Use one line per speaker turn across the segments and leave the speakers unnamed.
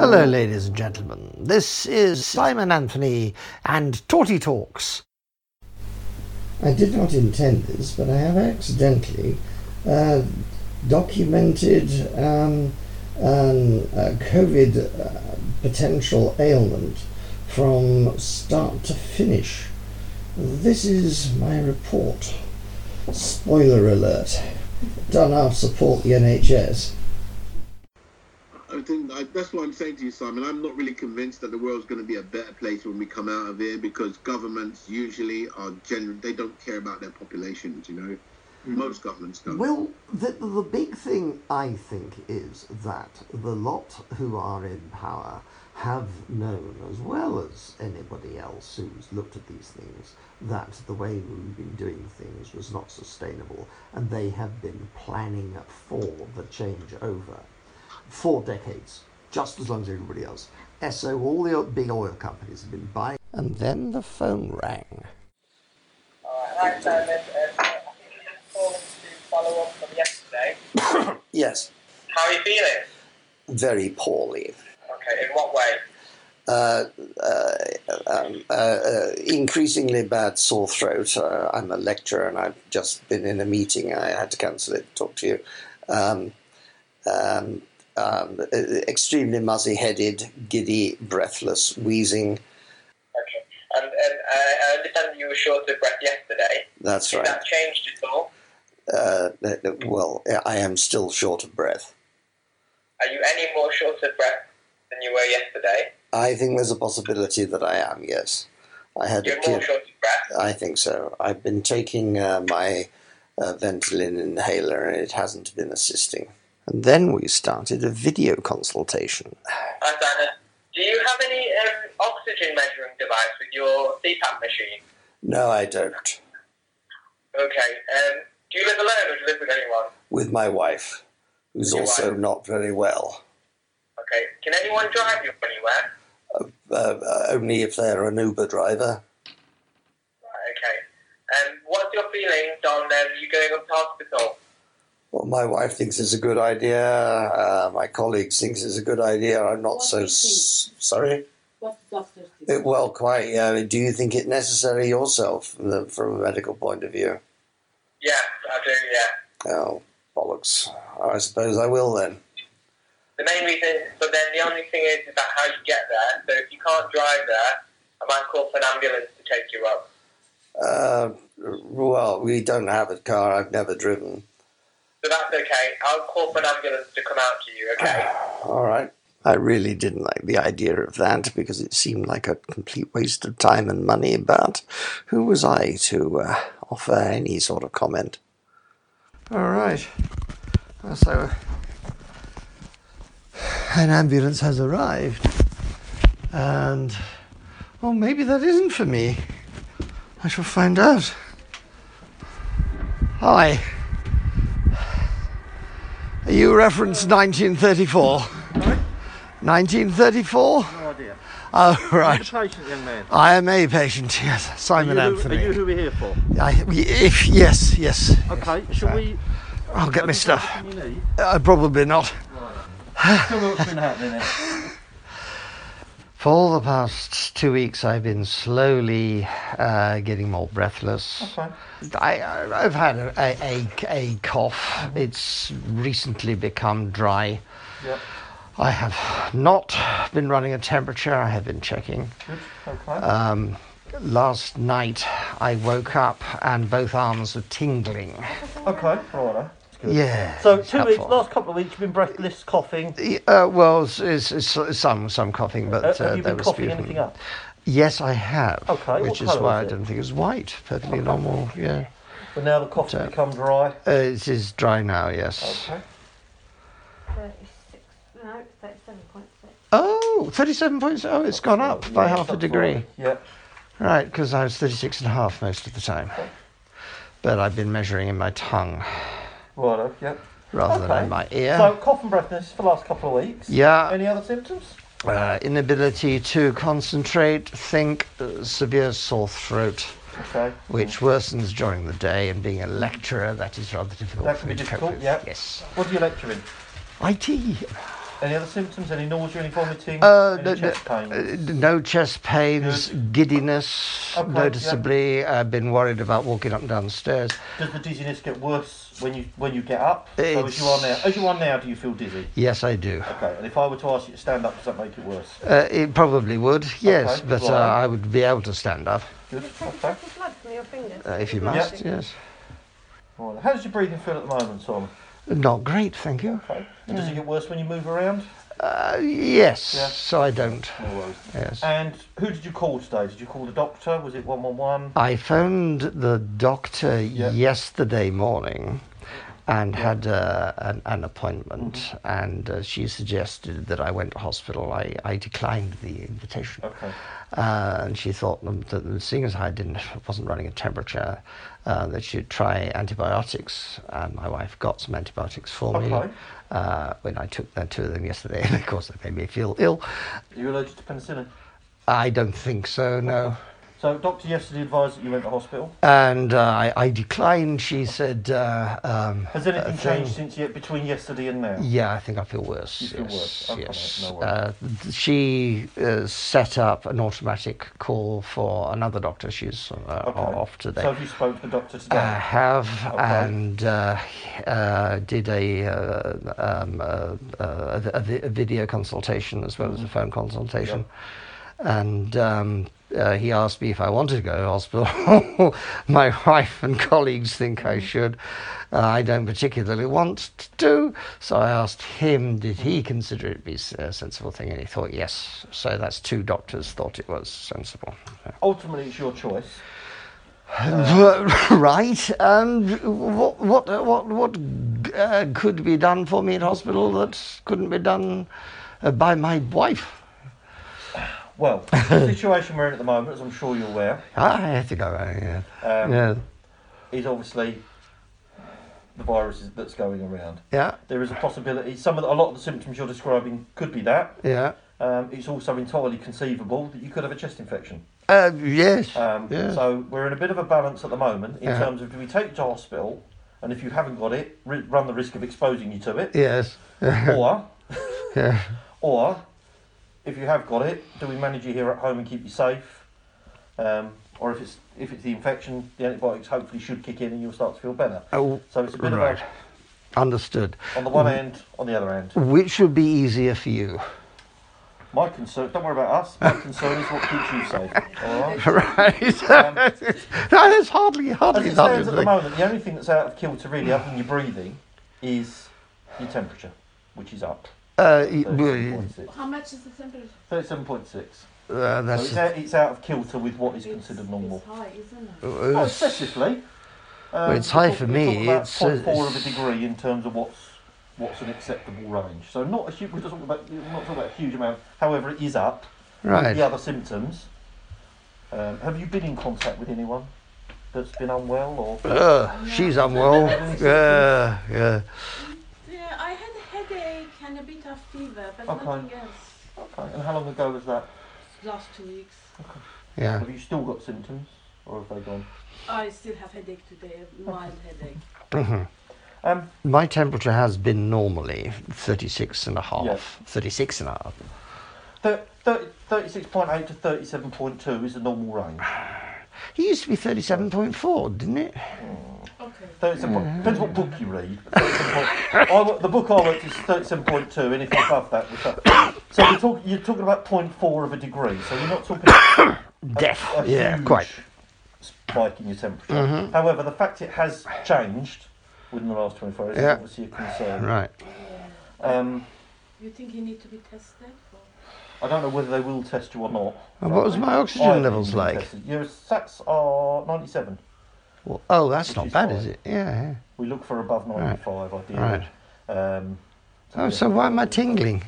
Hello, ladies and gentlemen. This is Simon Anthony and Torty Talks.
I did not intend this, but I have accidentally uh, documented um, um, a COVID uh, potential ailment from start to finish. This is my report. Spoiler alert. Don't now support the NHS.
I think I, that's what I'm saying to you, Simon. I'm not really convinced that the world's going to be a better place when we come out of here because governments usually are general. They don't care about their populations, you know. Most governments don't.
Well, the, the big thing I think is that the lot who are in power have known, as well as anybody else who's looked at these things, that the way we've been doing things was not sustainable, and they have been planning for the changeover for decades, just as long as everybody else. So all the big oil companies have been buying. And then the phone rang.
Alright, I'm Simon, and uh, I think you just called to follow up from yesterday.
Yes,
How are you feeling?
very poorly.
Okay, in what way?
uh, uh, um, uh, uh, increasingly bad sore throat. Uh, I'm a lecturer and I've just been in a meeting. I had to cancel it to talk to you. Um, um, um, uh, extremely muzzy headed, giddy, breathless, wheezing.
Okay. And, and uh, I understand you were short of breath yesterday.
That's
Has
right.
that changed at all?
Uh, uh, well, I am still short of breath.
Are you any more short of breath than you were yesterday?
I think there's a possibility that I am, yes. I had a
You're
kid-
more short of breath.
I think so. I've been taking uh, my uh, Ventolin inhaler and it hasn't been assisting. And then we started a video consultation.
Hi, Simon. Do you have any um, oxygen measuring device with your CPAP machine?
No, I don't.
Okay. Um, do you live alone or do you live with anyone?
With my wife, who's
Your
also
wife?
not very well.
Okay. Can anyone drive you anywhere?
Uh, uh, only if they're an Uber driver.
Right, okay. Um, what's your feelings on um, you going up to hospital?
Well, my wife thinks it's a good idea. Uh, my colleagues thinks it's a good idea. I'm not
What
so
do you
s- sorry.
What doctor did
It, well, quite. Yeah. Do you think it necessary yourself uh, from a medical point of view?
Yeah, I do, yeah.
Oh, bollocks. I suppose I will then.
The main reason, but then the only thing is about how you get there. So if you can't drive there, I might call for an ambulance to take you up.
Uh, well, we don't have a car. I've never driven.
So that's okay. I'll call for an ambulance to come out to you, okay?
All right. I really didn't like the idea of that because it seemed like a complete waste of time and money. But who was I to uh, offer any sort of comment? All right. So an ambulance has arrived, and well, maybe that isn't for me. I shall find out. Hi. You referenced 1934. 1934?
No idea.
Oh,
Right.
right.
You're a patient young man.
I am a patient, yes. Simon
are, you who, are
Anthony.
you who we're here for?
I, we- if, yes, yes.
Okay, shall we
I'll get my stuff.
Everything you need?
Uh, probably not.
Tell me what's been happening here.
For the past two weeks, I've been slowly uh, getting more breathless.
fine.
I, I- I've had a, a, a, a cough. It's recently become dry.
Yeah.
I have not been running a temperature. I have been checking.
Good. Okay.
Um, last night, I woke up and both arms were tingling.
okay. Right.
Yeah.
So
it's
two
helpful.
weeks, last couple of weeks, you've been breathless, coughing.
Uh, well, it's, it's, it's some some coughing, but
Uh,
uh,
have you
there
been
was
coughing
few-
anything up?
Yes, I have.
Okay, what
which is
colour
why
was
I
it?
don't think it's white. Perfectly normal. Yeah.
But now the cough's
So-
become dry.
Uh, it is dry now. Yes.
Okay.
36, no, 37.6.
Oh, 37 points. Oh, it's gone up by
Yeah,
half a
that's
degree.
right. Yeah.
Right, because I was 36 and a half most of the time. But I've been measuring in my tongue
Righto. Yeah.
rather than
Okay.
in my ear.
So cough and breathlessness for the last couple of weeks.
Yeah.
Any other symptoms?
uh, inability to concentrate, think, uh, severe sore throat,
Okay.
which worsens during the day, and being a lecturer, that is rather difficult.
That
for
can
me to
be
cope
difficult,
with.
yeah.
Yes.
What do you lecture in?
IT.
Any other symptoms? Any nausea? Any vomiting?
Uh,
any
no, no,
chest pains?
uh, no chest pains, giddiness,
Okay, yeah.
noticeably. I've been worried about walking up and down the stairs.
Does the dizziness get worse when you when you get up? So as
It's-
you are now, as you are now, do you feel dizzy?
Yes, I do.
Okay. And if I were to ask you to stand up, does that make it worse?
Uh, it probably would, yes,
Okay,
but uh,
right.
I would be able to stand up
Good.
Just take a
Okay.
drop of blood from your fingers.
uh, if you
Blood
must,
thick.
yes.
All right. How does your breathing feel at the moment, Tom?
Not great, thank you.
Okay.
Hmm.
And does it get worse when you move around?
Uh, yes,
Yeah.
so I don't.
No worries.
Yes.
And who did you call today? Did you call the doctor? Was it one one one?
I phoned the doctor
Yeah.
yesterday morning and had uh, an, an appointment, and uh, she suggested that I went to hospital. I, I declined the invitation.
Okay.
Uh, and she thought that- that seeing as I didn't, wasn't running a temperature, uh, that she'd try antibiotics. And my wife got some antibiotics for
Okay.
me uh, when I took the two of them yesterday. And of course, they made me feel ill.
Are you allergic to penicillin?
I don't think so, no.
So, doctor yesterday advised that you went to hospital.
And uh, I, I declined. She said, uh, um,
Has anything
uh, thing-
changed since yet between yesterday and now?
Yeah, I think I feel worse.
You feel
yes,
worse. Okay,
yes.
no
uh,
worries.
th- she uh, set up an automatic call for another doctor. She's uh,
Okay.
off today. Ah.
So have you spoke to the doctor today?
I have
Okay.
and uh, uh, did a, uh, um, uh, uh, a, vi- a video consultation as well as a phone consultation. And um, uh, he asked me if I wanted to go to hospital. My wife and colleagues think I should. Uh, I don't particularly want to. So I asked him, did he consider it be s- a sensible thing? And he thought yes. So that's two doctors thought it was sensible.
Ultimately, it's your choice.
right. And what what what what uh, could be done for me at hospital that couldn't be done uh, by my wife?
Well, the situation we're in at the moment, as I'm sure you're aware,
Ah, I have to go. uh, Yeah.
Um,
yeah.
is obviously the virus is- that's going around.
Yeah.
There is a possibility. Some of the, a lot of the symptoms you're describing could be that.
Yeah.
Um, it's also entirely conceivable that you could have a chest infection.
Uh, yes.
Um,
yes.
So we're in a bit of a balance at the moment in
Yeah.
terms of do we take you to hospital, and if you haven't got it, ri run the risk of exposing you to it,
yes.
or
Yeah.
or if you have got it, do we manage you here at home and keep you safe? Um, or if it's if it's the infection, the antibiotics hopefully should kick in and you'll start to feel better.
Oh,
So it's a bit
right.
of
Understood.
a on the one end, on the other end.
Which would be easier for you?
My concern, don't worry about us. My concern is what keeps you safe. All right.
right.
Um,
no, that's hardly
As
hardly
it
hardly
stands at
the-
the moment, the only thing that's out of kilter really, other than your breathing, is your temperature, which is up.
Uh, y- well,
37.6.
How much is the temperature?
37.6.
uh,
So it's
that's
out, it's out of kilter with what is considered
It's-
normal.
It's high, isn't it?
Not
uh,
excessively. Um,
it's high
we're
for
talking-
me,
we're talking about
it's, uh,
0.4 of a
it's-
degree in terms of what's what's an acceptable range. So not a huge. We're not talking about we're not talking about a huge amount. However, it is up.
right.
The other symptoms. Um, have you been in contact with anyone that's been unwell or?
Uh, she's unwell. Yeah, yeah.
Yeah, I had a headache and a bit of fever, but
Okay.
nothing else.
Okay. And how long ago was that?
Last two weeks.
Yeah.
Have you still got symptoms, or have they gone?
I still have headache today, a mild headache.
Um,
My temperature has been normally 36 and a half.
Yeah.
36 and a half.
thir- thir- 36.8 to 37.2 is the normal range.
It used to be 37.4, didn't it?
Okay.
Mm.
37.2 depends what book you read. but 37.2 I, wo- the book I worked is 37.2, and if above that, was that. So you're, talk, you're talking about 0.4 of a degree, so you're not talking a,
Death.
a
yeah,
huge
quite. Mm-hmm.
spike in your temperature. However, the fact it has changed within the last 24 hours
Yeah.
is obviously a concern.
Right.
Um,
You think you need to be tested? For?
I don't know whether they will test you or not.
And what was my oxygen
I've
levels
been
like?
tested. Your sats are 97.
Well, oh, that's
Which
not
is
bad,
fine.
is it? Yeah. yeah.
We look for above 95, ideally.
Right.
Um,
Oh, so why am I tingling?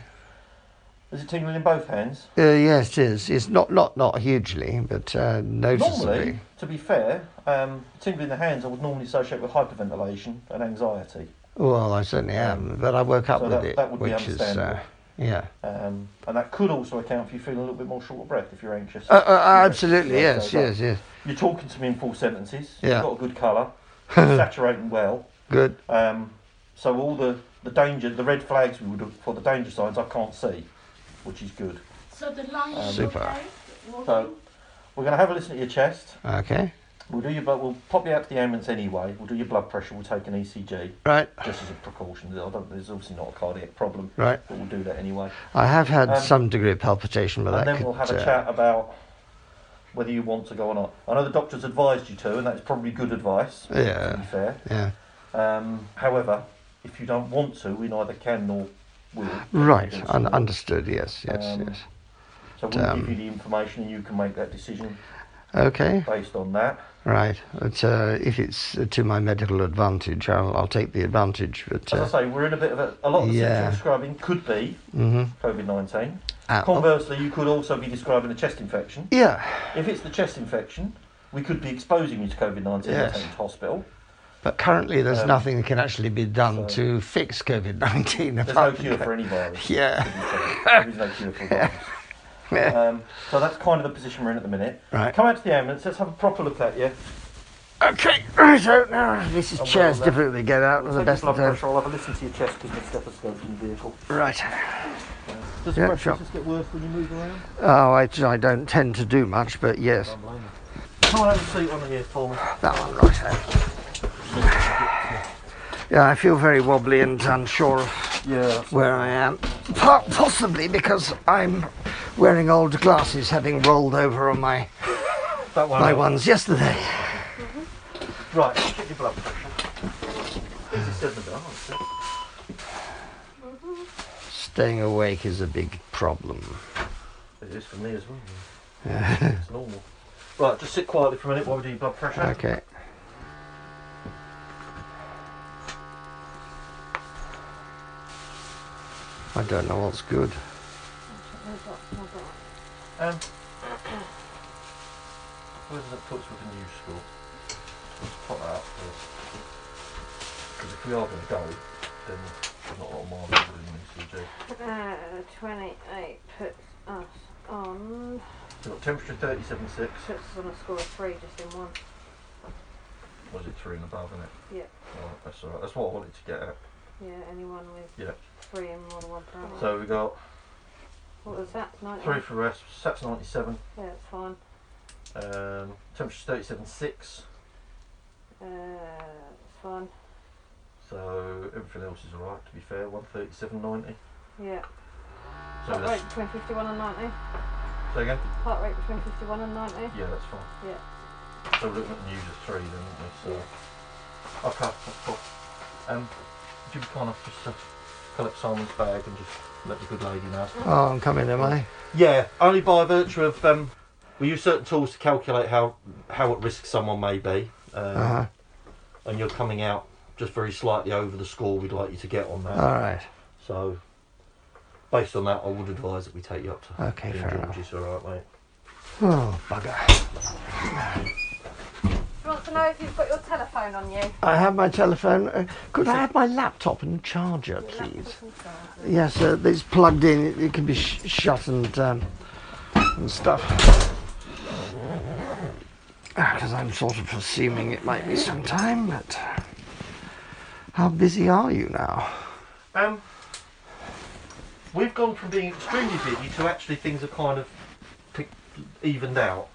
Is it tingling in both hands?
Uh, yes, it is. It's not not not hugely, but uh, noticeably.
Normally, to be fair, um, tingling in the hands I would normally associate with hyperventilation and anxiety.
Well, I certainly am, but I woke up
so
with
that-
it,
that would be
which is uh,
understandable.
yeah.
Um, and that could also account for you feeling a little bit more short of breath if you're anxious.
Uh, uh, uh,
Your
absolutely,
breath
yes,
goes up.
yes, yes.
You're talking to me in full sentences.
Yeah.
You've got a good colour. saturating well.
Good.
Um, so all the the danger, the red flags we would have for the danger signs I can't see, which is good.
So the line is
Uh, Super.
okay.
So
Walking.
we're going to have a listen to your chest.
Okay.
We'll do your, but we'll pop you out to the ambulance anyway. We'll do your blood pressure. We'll take an E ECG
Right.
just as a precaution. I don't. There's obviously not a cardiac problem.
Right.
But we'll do that anyway.
I have had
Um,
some degree of palpitation, but
and
that
then
could.
we'll have
uh,
a chat about whether you want to go or not. I know the doctor's advised you to, and that's probably good advice. To
Yeah.
be fair.
Yeah.
Um, however, if you don't want to, we neither can nor will.
Right.
So
Un-
we'll-
understood. Yes. Yes.
Um,
yes.
So we'll
um,
give you the information, and you can make that decision
Okay.
based on that.
Right. But, uh, if it's uh, to my medical advantage, I'll, I'll take the advantage. But uh,
As I say, we're in a bit of a, a lot of the symptoms
Yeah.
you're describing could be
mhm.
COVID nineteen.
Ah, oh,
Conversely, you could also be describing a chest infection.
yeah.
If it's the chest infection, we could be exposing you to COVID nineteen
Yes.
at Thames Hospital.
But currently, there's
Um,
nothing that can actually be done
so-
to fix COVID nineteen.
There's no cure for any virus.
Yeah.
there is no cure for virus. Um, so that's kind of the position we're in at the minute.
Right.
Come out to the ambulance. Let's have a proper look at you.
Okay, right out now. This is
I'll
chairs
roll that.
difficult to get out of the
Take
best
your
of
blood
times.
pressure. I'll have a listen to your chest because my stethoscope's in the vehicle.
Right.
Does
Yeah,
the pressure
sure.
just get worse when you move around?
Oh, I, I don't tend to do much, but yes.
Come on, have a seat on here for me.
That one right there. eh? Yeah, I feel very wobbly and unsure of
Yeah.
where I am. Po- possibly because I'm wearing old glasses, having rolled over on my,
That one.
my ones yesterday.
Right, get your blood pressure. Easy said than done, honestly.
Staying awake is a big problem.
It is for me as well. it's normal. Right, just sit quietly for a minute while we do your blood pressure.
Okay. I don't know what's good.
Um, where does it put us with the new school? Let's put that up Because if we are going to go, then there's not a lot of mileage in the ECG.
Uh, 28 puts us on.
We've got temperature 37.6.
Puts us on a score of three just in one.
Was it three and above, isn't it?
Yeah.
Right, that's alright. That's what I wanted to get at.
Yeah, anyone with
Yeah.
three and more than one parameter.
So we got
what was that? 90?
three for rest, SAT's 97,
Yeah, it's fine.
um, temperature 37.6.
Uh, it's fine.
So everything else is alright, to be fair. 137.90.
Yeah.
So
Heart
that's.
rate between 51 and 90.
Say again?
Heart rate between 51 and 90.
Yeah, that's fine.
Yeah.
So we're looking at news at three then, aren't we? So. Okay, that's cool. Um, do you kind of just uh, pull up Simon's bag and just let the good lady know?
Oh, I'm coming, am I?
Yeah, only by virtue of um, we use certain tools to calculate how how at risk someone may be, um,
Uh-huh.
and you're coming out just very slightly over the score we'd like you to get on that.
All right.
So, based on that, I would advise that we take you up to
Okay,
King
fair
George's,
enough.
all right, mate.
Oh, bugger.
She wants to know if you've got your telephone on you.
I have my telephone. Uh, could I have my laptop and charger, please? Yes, uh, it's plugged in. It, it can be sh- shut and, um, and stuff. Because I'm sort of assuming it might be some time, but. uh, How busy are you now?
Um, we've gone from being extremely busy to actually things have kind of picked, evened out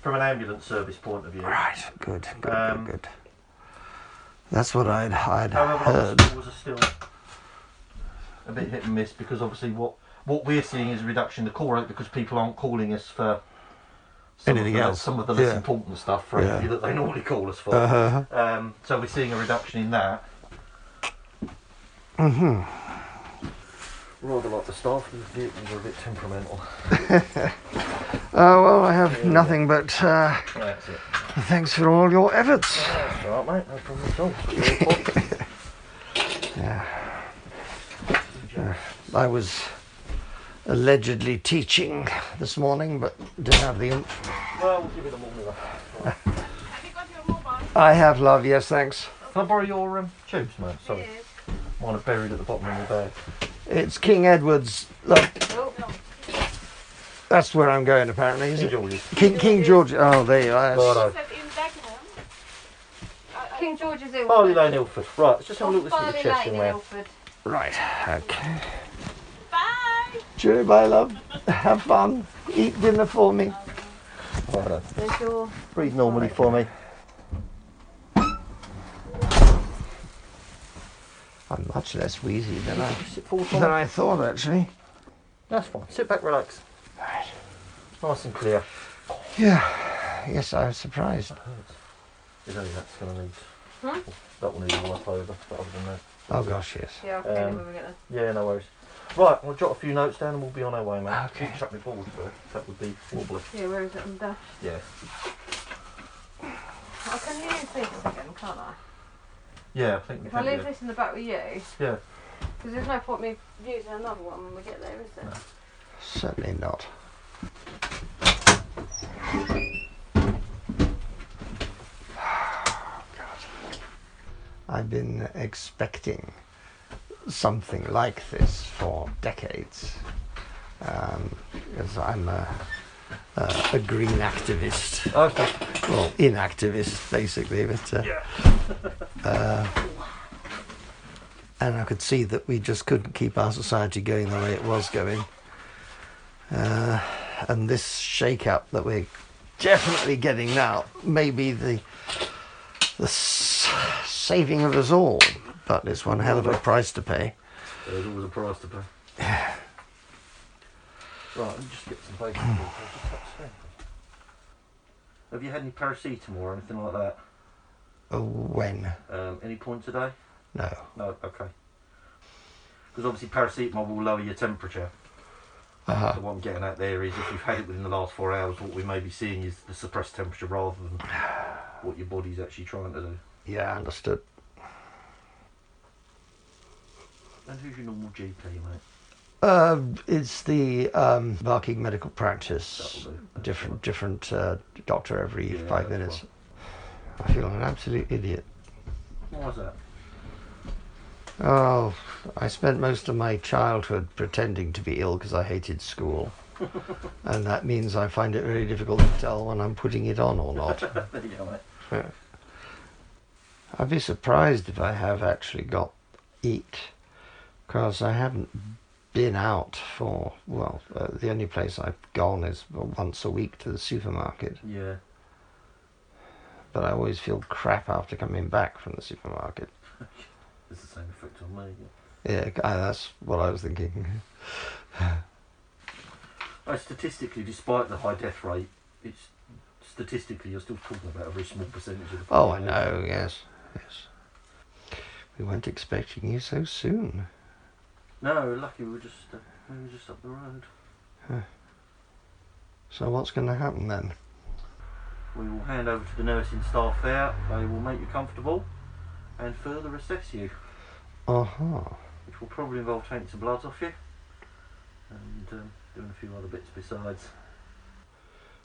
from an ambulance service point of view.
Right, good, good,
Um,
good, good. That's what I'd, I'd
However,
heard.
hospitals are still a bit hit and miss because obviously what what we're seeing is a reduction in the call rate because people aren't calling us for some
Anything
of the,
else.
Some of the less
Yeah.
important stuff, frankly,
Yeah.
that they normally call us for.
Uh-huh.
Um, so we're seeing a reduction in that. Mm-hmm. Rather like the staff, the vehicles are a bit temperamental.
Oh, well, I have nothing but uh,
That's it.
thanks for all your efforts.
That's all right, mate. No problem at all. Very important.
I was allegedly teaching this morning, but didn't have the. Inf-
well, we'll give it a moment.
Have you got your mobile?
I have love, yes, thanks.
Can I borrow your um, tubes, mate? Sorry. Mine are buried at the bottom of the bag.
It's King Edward's. Look,
Oh,
that's where I'm going apparently, is
King
it?
George's.
King King George. Oh, there you are.
Righto.
Is that in Dagenham? I- I-
King George's Ilford.
Barley Lane, Ilford. Right, let's just have a
Off
look at this little
Barley
chest
Lane
thing
in
there.
Ilford.
Right, okay.
Bye.
Cheerio, bye, love. Have fun. Eat dinner for me.
Righto.
There's your
Breathe normally for me.
I'm much less wheezy than I,
Sit forward for
than
me.
I thought, actually.
That's fine. Sit back, relax.
Right.
Nice and clear.
Yeah. Yes, I was surprised.
There's only that's going to need. That will need a wipe over, but other than that.
Oh, gosh, yes.
yeah, I'll clean it
Um,
when we get there.
Yeah, no worries. Right, we'll jot a few notes down and we'll be on our way, mate.
Okay.
Chuck me forward first. That would be wobbly.
Yeah, where is it on the dash?
Yeah.
I can use this again, can't I?
Yeah, I think we
If I
can.
leave
do.
this in the back with you,
Yeah.
because there's no point me using another one when we get there, is there?
Certainly not. God. I've been expecting something like this for decades. Um, because I'm a, a, a green activist.
Okay.
Well, inactivist, basically. But, uh, uh, and I could see that we just couldn't keep our society going the way it was going. Uh, and this shake-up that we're definitely getting now may be the the s- saving of us all, but it's one hell of a price to pay.
There's always a price to pay. right, let me just get some bacon. I'll just upstairs. Have you had any paracetamol or anything like that?
Oh, When?
Um, any point today?
No.
No, okay. Because obviously paracetamol will lower your temperature.
Uh-huh.
So what I'm getting at there is if you've had it within the last four hours, what we may be seeing is the suppressed temperature rather than what your body's actually trying to do.
Yeah, understood.
And who's your normal GP, mate?
Uh, it's the um, barking medical practice.
That'll do. That's
Different, different uh, doctor every
Yeah,
five
that's
minutes. I feel an absolute idiot.
Why is that?
Oh, I spent most of my childhood pretending to be ill because I hated school. and that means I find it very difficult to tell when I'm putting it on or not.
There you go, mate.
I'd be surprised if I have actually got it because I haven't been out for, well, uh, the only place I've gone is once a week to the supermarket.
Yeah.
But I always feel crap after coming back from the supermarket.
It's the same effect on me. yeah.
Yeah, I- that's what I was thinking.
Uh, statistically, despite the high death rate, it's statistically you're still talking about a very small percentage of the
Oh, I know, yes, yes. We weren't expecting you so soon.
No, lucky we were just uh, we were just up the road.
So what's going to happen then?
We will hand over to the nursing staff there. They will make you comfortable and further assess you,
Uh-huh.
which will probably involve taking some blood off you and um, doing a few other bits besides.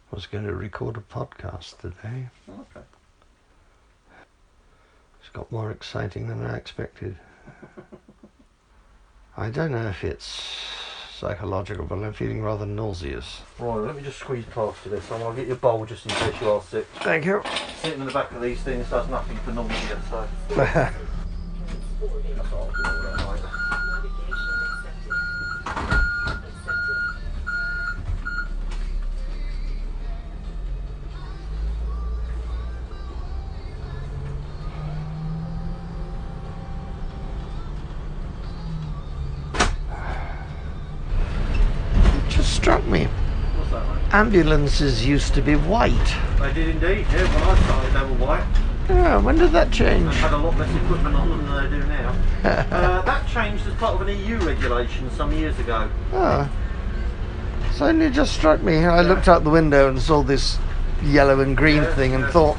I was going to record a podcast today.
Okay.
It's got more exciting than I expected. I don't know if it's psychological, but I'm feeling rather nauseous.
Right, let me just squeeze past you this. I'm gonna get your bowl just in case you are sick.
Thank you.
Sitting in the back of these things does nothing for nausea, so that's what I'll do all right, mate.
Just struck me.
What's that, mate?
Ambulances used to be white.
They did indeed, yeah. When I started, they were white
Yeah, when did that
and
change?
had a lot less equipment on them than they do now. uh, that changed as part of an EU regulation some years ago.
Ah. It's only just struck me. I looked out the window and saw this yellow and green
Yeah,
thing and
yeah.
thought,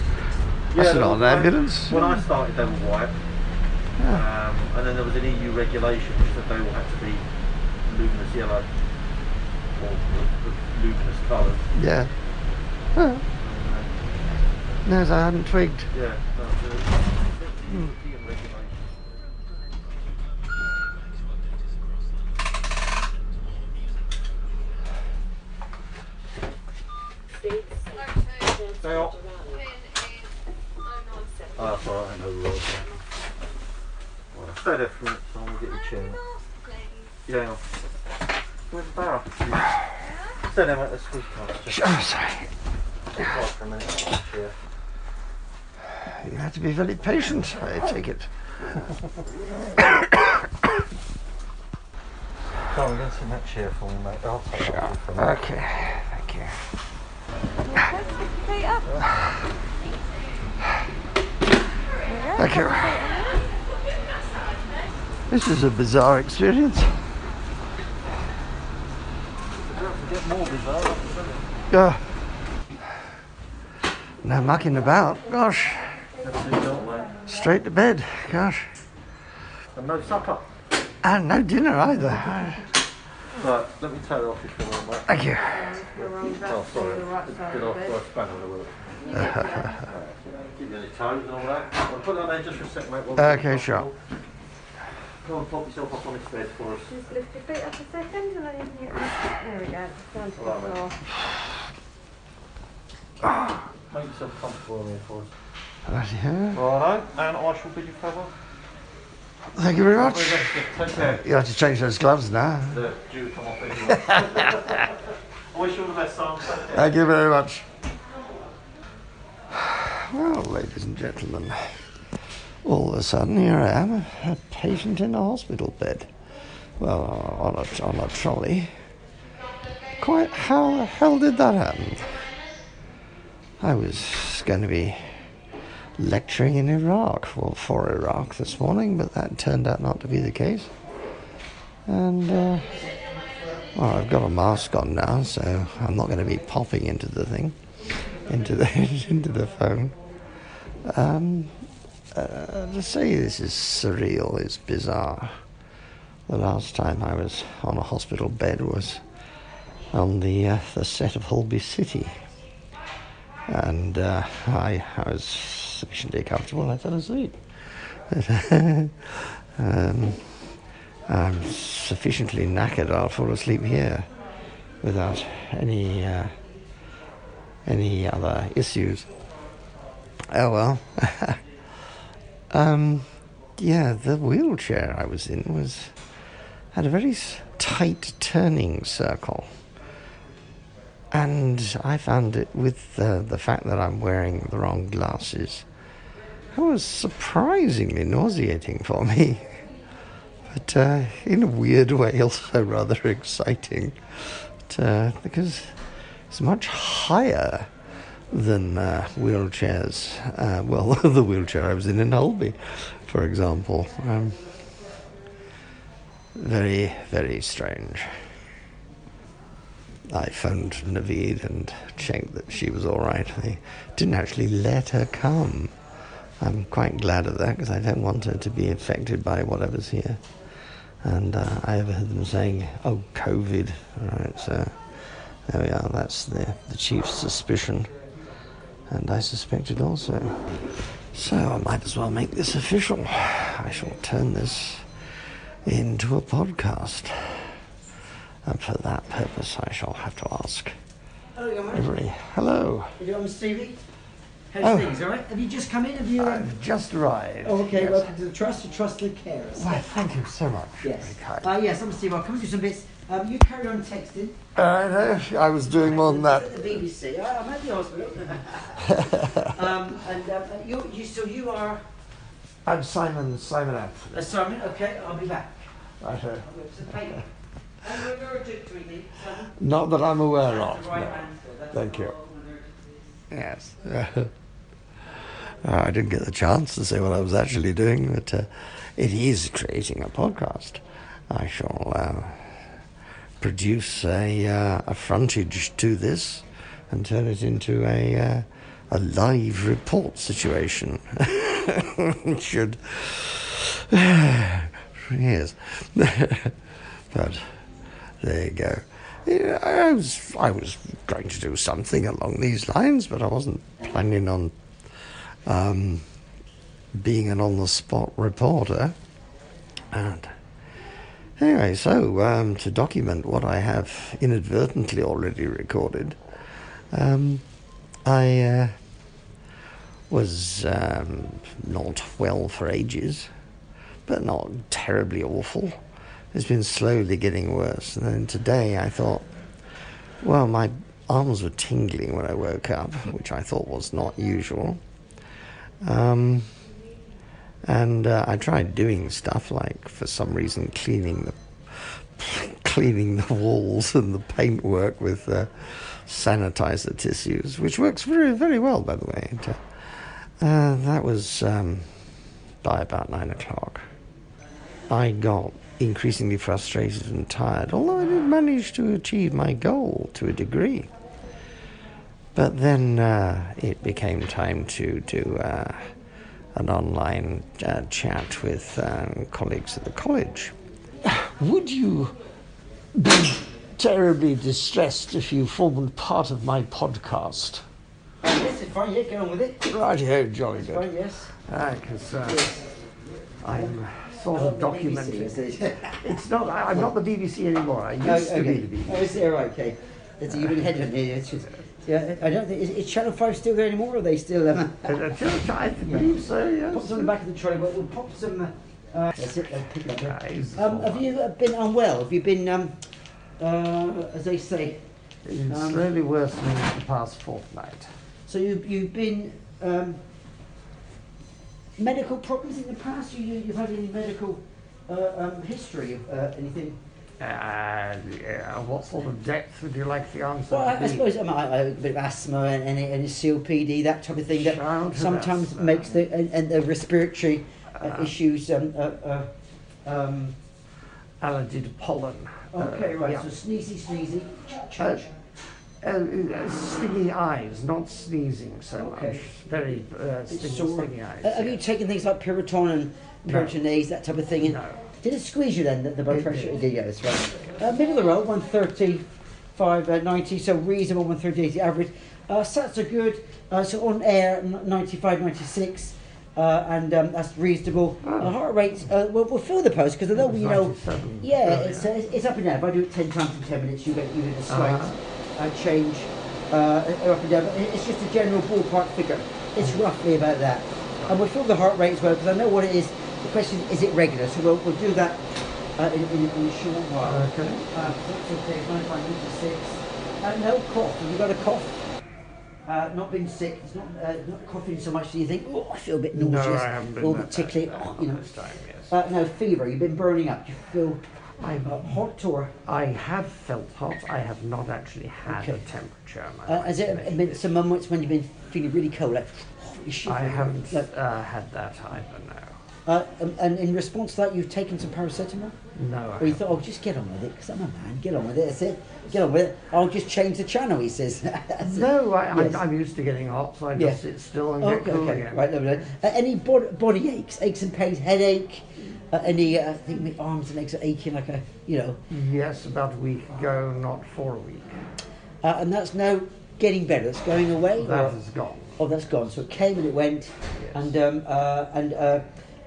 That's
they
not
were
an
white.
ambulance.
When I started, they were white. Um, and then there was an EU regulation which said they all had to be luminous yellow or uh, luminous colours.
yeah. Huh. No, I hadn't twigged.
Yeah, that was a
Hmm.
European regulation. Now, oh, that's all right, I know the rules. Well, I stayed there for a minute, so I'm
get your chair. Yeah, hang on. Where's the barrel? Sit down, mate. Let's squeeze past you.
Oh, sorry.
Sit quiet for a minute. Yeah.
You have to be very patient, I take it.
Come on, we're going to sit in that chair for me, mate. I'll take that one from you.
Okay, thank you.
Feet up.
Thank you. This is a bizarre experience.
Get more bizarre.
Yeah. No Ah. mucking about. Gosh,
Absolutely not, mate.
straight to bed. Gosh.
And no supper.
And no dinner either.
Right, let me take that off you for a minute, mate.
Thank you.
The wrong back
Oh,
to
sorry.
the right side
Did
of
I
the bed.
throw a spanner in the wheel? Give you any toes and all that. I'll put that there just for a sec, mate. while we
Okay,
get
sure.
comfortable. Go and pop yourself up on this bed for us.
Just lift your feet up a second and then you can get There we go. Down to the floor.
Make yourself comfortable in here for us.
Right here.
Righto, and I shall bid you farewell.
Thank you very
Have a
much.
good rest of your- Take care.
You have to change those gloves now.
The dew come off anyway. I wish you all the best, Sam. Take care.
Thank you very much. Well, ladies and gentlemen, all of a sudden here I am, a a patient in a hospital bed. Well, on a, on a trolley. Quite how the hell did that happen? I was going to be lecturing in Iraq for, for Iraq this morning, but that turned out not to be the case. And. Uh, well, I've got a mask on now, so I'm not going to be popping into the thing, into the into the phone. Um, uh, to say this is surreal is bizarre. The last time I was on a hospital bed was on the uh, the set of Holby City, and uh, I I was sufficiently comfortable. I fell asleep. um, I'm sufficiently knackered. I'll fall asleep here without any uh, any other issues. Oh well. um, yeah, the wheelchair I was in was had a very s- tight turning circle, and I found it with uh, the fact that I'm wearing the wrong glasses. It was surprisingly nauseating for me but uh, in a weird way also rather exciting But, uh, because it's much higher than uh, wheelchairs. Uh, well, the wheelchair I was in in Holby, for example. Um, very, very strange. I phoned Naveed and checked that she was all right. They didn't actually let her come. I'm quite glad of that because I don't want her to be affected by whatever's here. And uh, I overheard them saying, "Oh, COVID." All right, so there we are. That's the the chief's suspicion, and I suspected also. So I might as well make this official. I shall turn this into a podcast, and for that purpose, I shall have to ask
Hello, young man.
every hello.
You doing, Stevie? How's
Oh.
things, all right? Have you just come in? Have you... Uh,
I've just arrived.
oh, okay,
Yes.
welcome to the Trust of Trusted Carers.
Why, thank you so much.
Yes.
Very kind.
Uh, yes, I'm Steve. I'll come do some bits. Um, you carry on texting.
Uh, no, I was doing more than that.
At the BBC. I, I'm at the hospital. um, and um, you, you, so you are...
I'm Simon Simon Anthony.
Uh, Simon, okay, I'll be back.
Right, uh,
I'll go to the paper. And we're going to do anything, Simon.
Not that I'm aware
That's
of.
the right
no.
answer. That's
Thank you.
all.
Yes. Uh, I didn't get the chance to say what I was actually doing, but uh, it is creating a podcast. I shall uh, produce a, uh, a frontage to this and turn it into a, uh, a live report situation. Should. yes. but there you go. Yeah, I was I was going to do something along these lines, but I wasn't planning on um, being an on the spot reporter. And anyway, so um, to document what I have inadvertently already recorded, um, I uh, was um, not well for ages, but not terribly awful. It's been slowly getting worse. And then today I thought, well, my arms were tingling when I woke up, which I thought was not usual. Um, and uh, I tried doing stuff like, for some reason, cleaning the cleaning the walls and the paintwork with uh, sanitizer tissues, which works very very well, by the way. And, uh, uh, that was um, by about nine o'clock. I got increasingly frustrated and tired, although I did manage to achieve my goal to a degree. But then uh, it became time to do uh, an online uh, chat with um, colleagues at the college.
Would you be terribly distressed if you formed part of my podcast?
This is fine, yeah, get on with it.
Right here, jolly
It's
good.
fine, yes.
Because I'm sort of
Oh, the BBC, is
documented.
it?
It's not. I- I'm not the BBC anymore. I
No,
used to be
okay.
the BBC.
Oh, is it right? Okay. It's, you've been head of it. It's just, yeah, I don't think is, is Channel Five still there anymore? Or are they still? Um,
I believe so. Yes.
Pop some in the back of the trolley. We'll, we'll pop some. Uh, that's it. I'll pick it up there. Um, have you uh, been unwell? Have you been, um, uh, as they say?
It's
um,
slowly worsening for the past fortnight.
So you you've been um, medical problems in the past. You, you you've had any medical uh, um, history of uh, anything?
Uh, yeah, what sort of depth would you like the answer
Well,
to
I,
be?
I suppose um, I, I, a bit of asthma and, and, and COPD, that type of thing, that
Childhood
sometimes
asthma.
makes the and, and the respiratory uh,
Ah.
issues. Um, uh, uh, um,
Allergy to pollen.
okay,
Uh,
right.
yeah.
So sneezy, sneezy, ch-
Uh,
ch-
uh, uh, stingy eyes, not sneezing so
Okay.
much. Very uh,
It's
stingy,
sore.
stingy eyes.
Uh, have you
yeah.
taken things like Piriton and
No.
Piritonase, that type of thing? And
No.
Did it squeeze you then, the, the blood
It
pressure?
did.
It did, yeah, that's right. Uh, middle of the road, 135, uh, 90, so reasonable 138 is the average. Uh, sats are good, uh, so on air, n- 95, 96. Uh, and um, that's reasonable.
Oh.
Uh, heart rate, uh, we'll, we'll fill the post because although you know,
97
yeah,
earlier.
it's, uh, it's up and down. If I do it ten times in ten minutes, you get you get a slight
Uh-huh.
uh, change uh, up and down. But it- It's just a general ballpark figure. It's roughly about that. And we'll fill the heart rate as well because I know what it is. The question is, is it regular? So we'll, we'll do that uh, in, in, in a short while.
Okay.
Uh, that's okay, 9596. Uh, no cough. Have you got a cough? Uh, not been sick. It's not, uh, not coughing so much that you think, oh, I feel a bit
No,
nauseous.
I haven't been
or a
that
bit tickly.
bad,
Oh,
no,
you know.
this time, yes.
Uh, no, fever. You've been burning up. You feel
I'm-
uh, hot or
I have felt hot. I have not actually had a
Okay.
temperature. my
Uh,
wife
has it
measured
been some moments when you've been feeling really cold? Like, oh, you shiver,
I haven't
like-
uh, had that either, no.
uh, um, and in response to that, you've taken some paracetamol?
No, I
Or you thought, oh, just get on with it, because I'm a man, get on with it, that's it. Get on with it. I'll just change the channel, he says. That's it.
No, I,
Yes.
I'm, I'm used to getting hot, so I
Yeah.
just sit still and get
Okay,
cool
okay,
again.
right, lovely. Uh, any bod- body aches, aches and pains, headache? Uh, any, uh, I think my arms and legs are aching like a, you know.
Yes, about a week ago, not for a week.
Uh, and that's now getting better, that's going away? or-
That is gone.
Oh, that's gone. So it came and it went, and um, uh, and uh,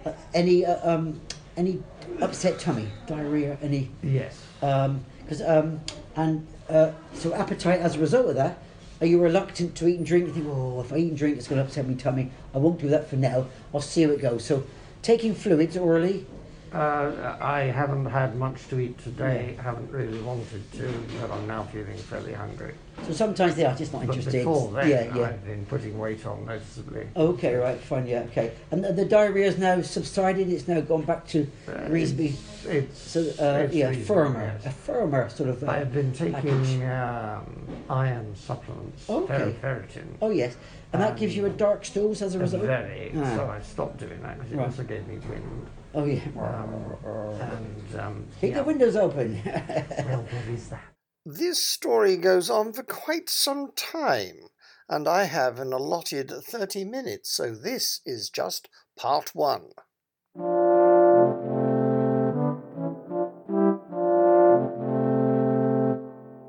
uh, any uh, um, any upset tummy, diarrhea, any
Yes.
because um, and uh, so appetite as a result of that. Are you reluctant to eat and drink? You think, oh, if I eat and drink, it's going to upset my tummy. I won't do that for now. I'll see how it goes. So, taking fluids orally.
Uh, I haven't had much to eat today, haven't really wanted to, but I'm now feeling fairly hungry.
So sometimes they are just not
But
interested.
before then,
yeah, yeah.
I've been putting weight on noticeably.
Okay, right, fine, yeah, okay. And the, the diarrhea has now subsided. It's now gone back to
Uh,
reasonably.
it's, it's,
So uh,
it's
yeah,
reasonable,
firmer,
yes.
a firmer sort of. Uh,
I've been
package.
taking um, iron supplements,
Okay.
ferritin.
Oh yes, and that gives you a
um,
dark stools as a result.
Very,
Ah.
so I stopped doing that because it
Right.
also gave me wind.
Oh yeah.
Um, and um,
Keep
yeah.
the windows open.
Well, what is that?
This story goes on for quite some time, and I have an allotted 30 minutes, so this is just part one.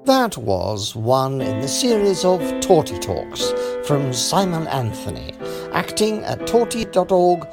That was one in the series of Torty Talks from Simon Anthony, acting at torty.org.uk.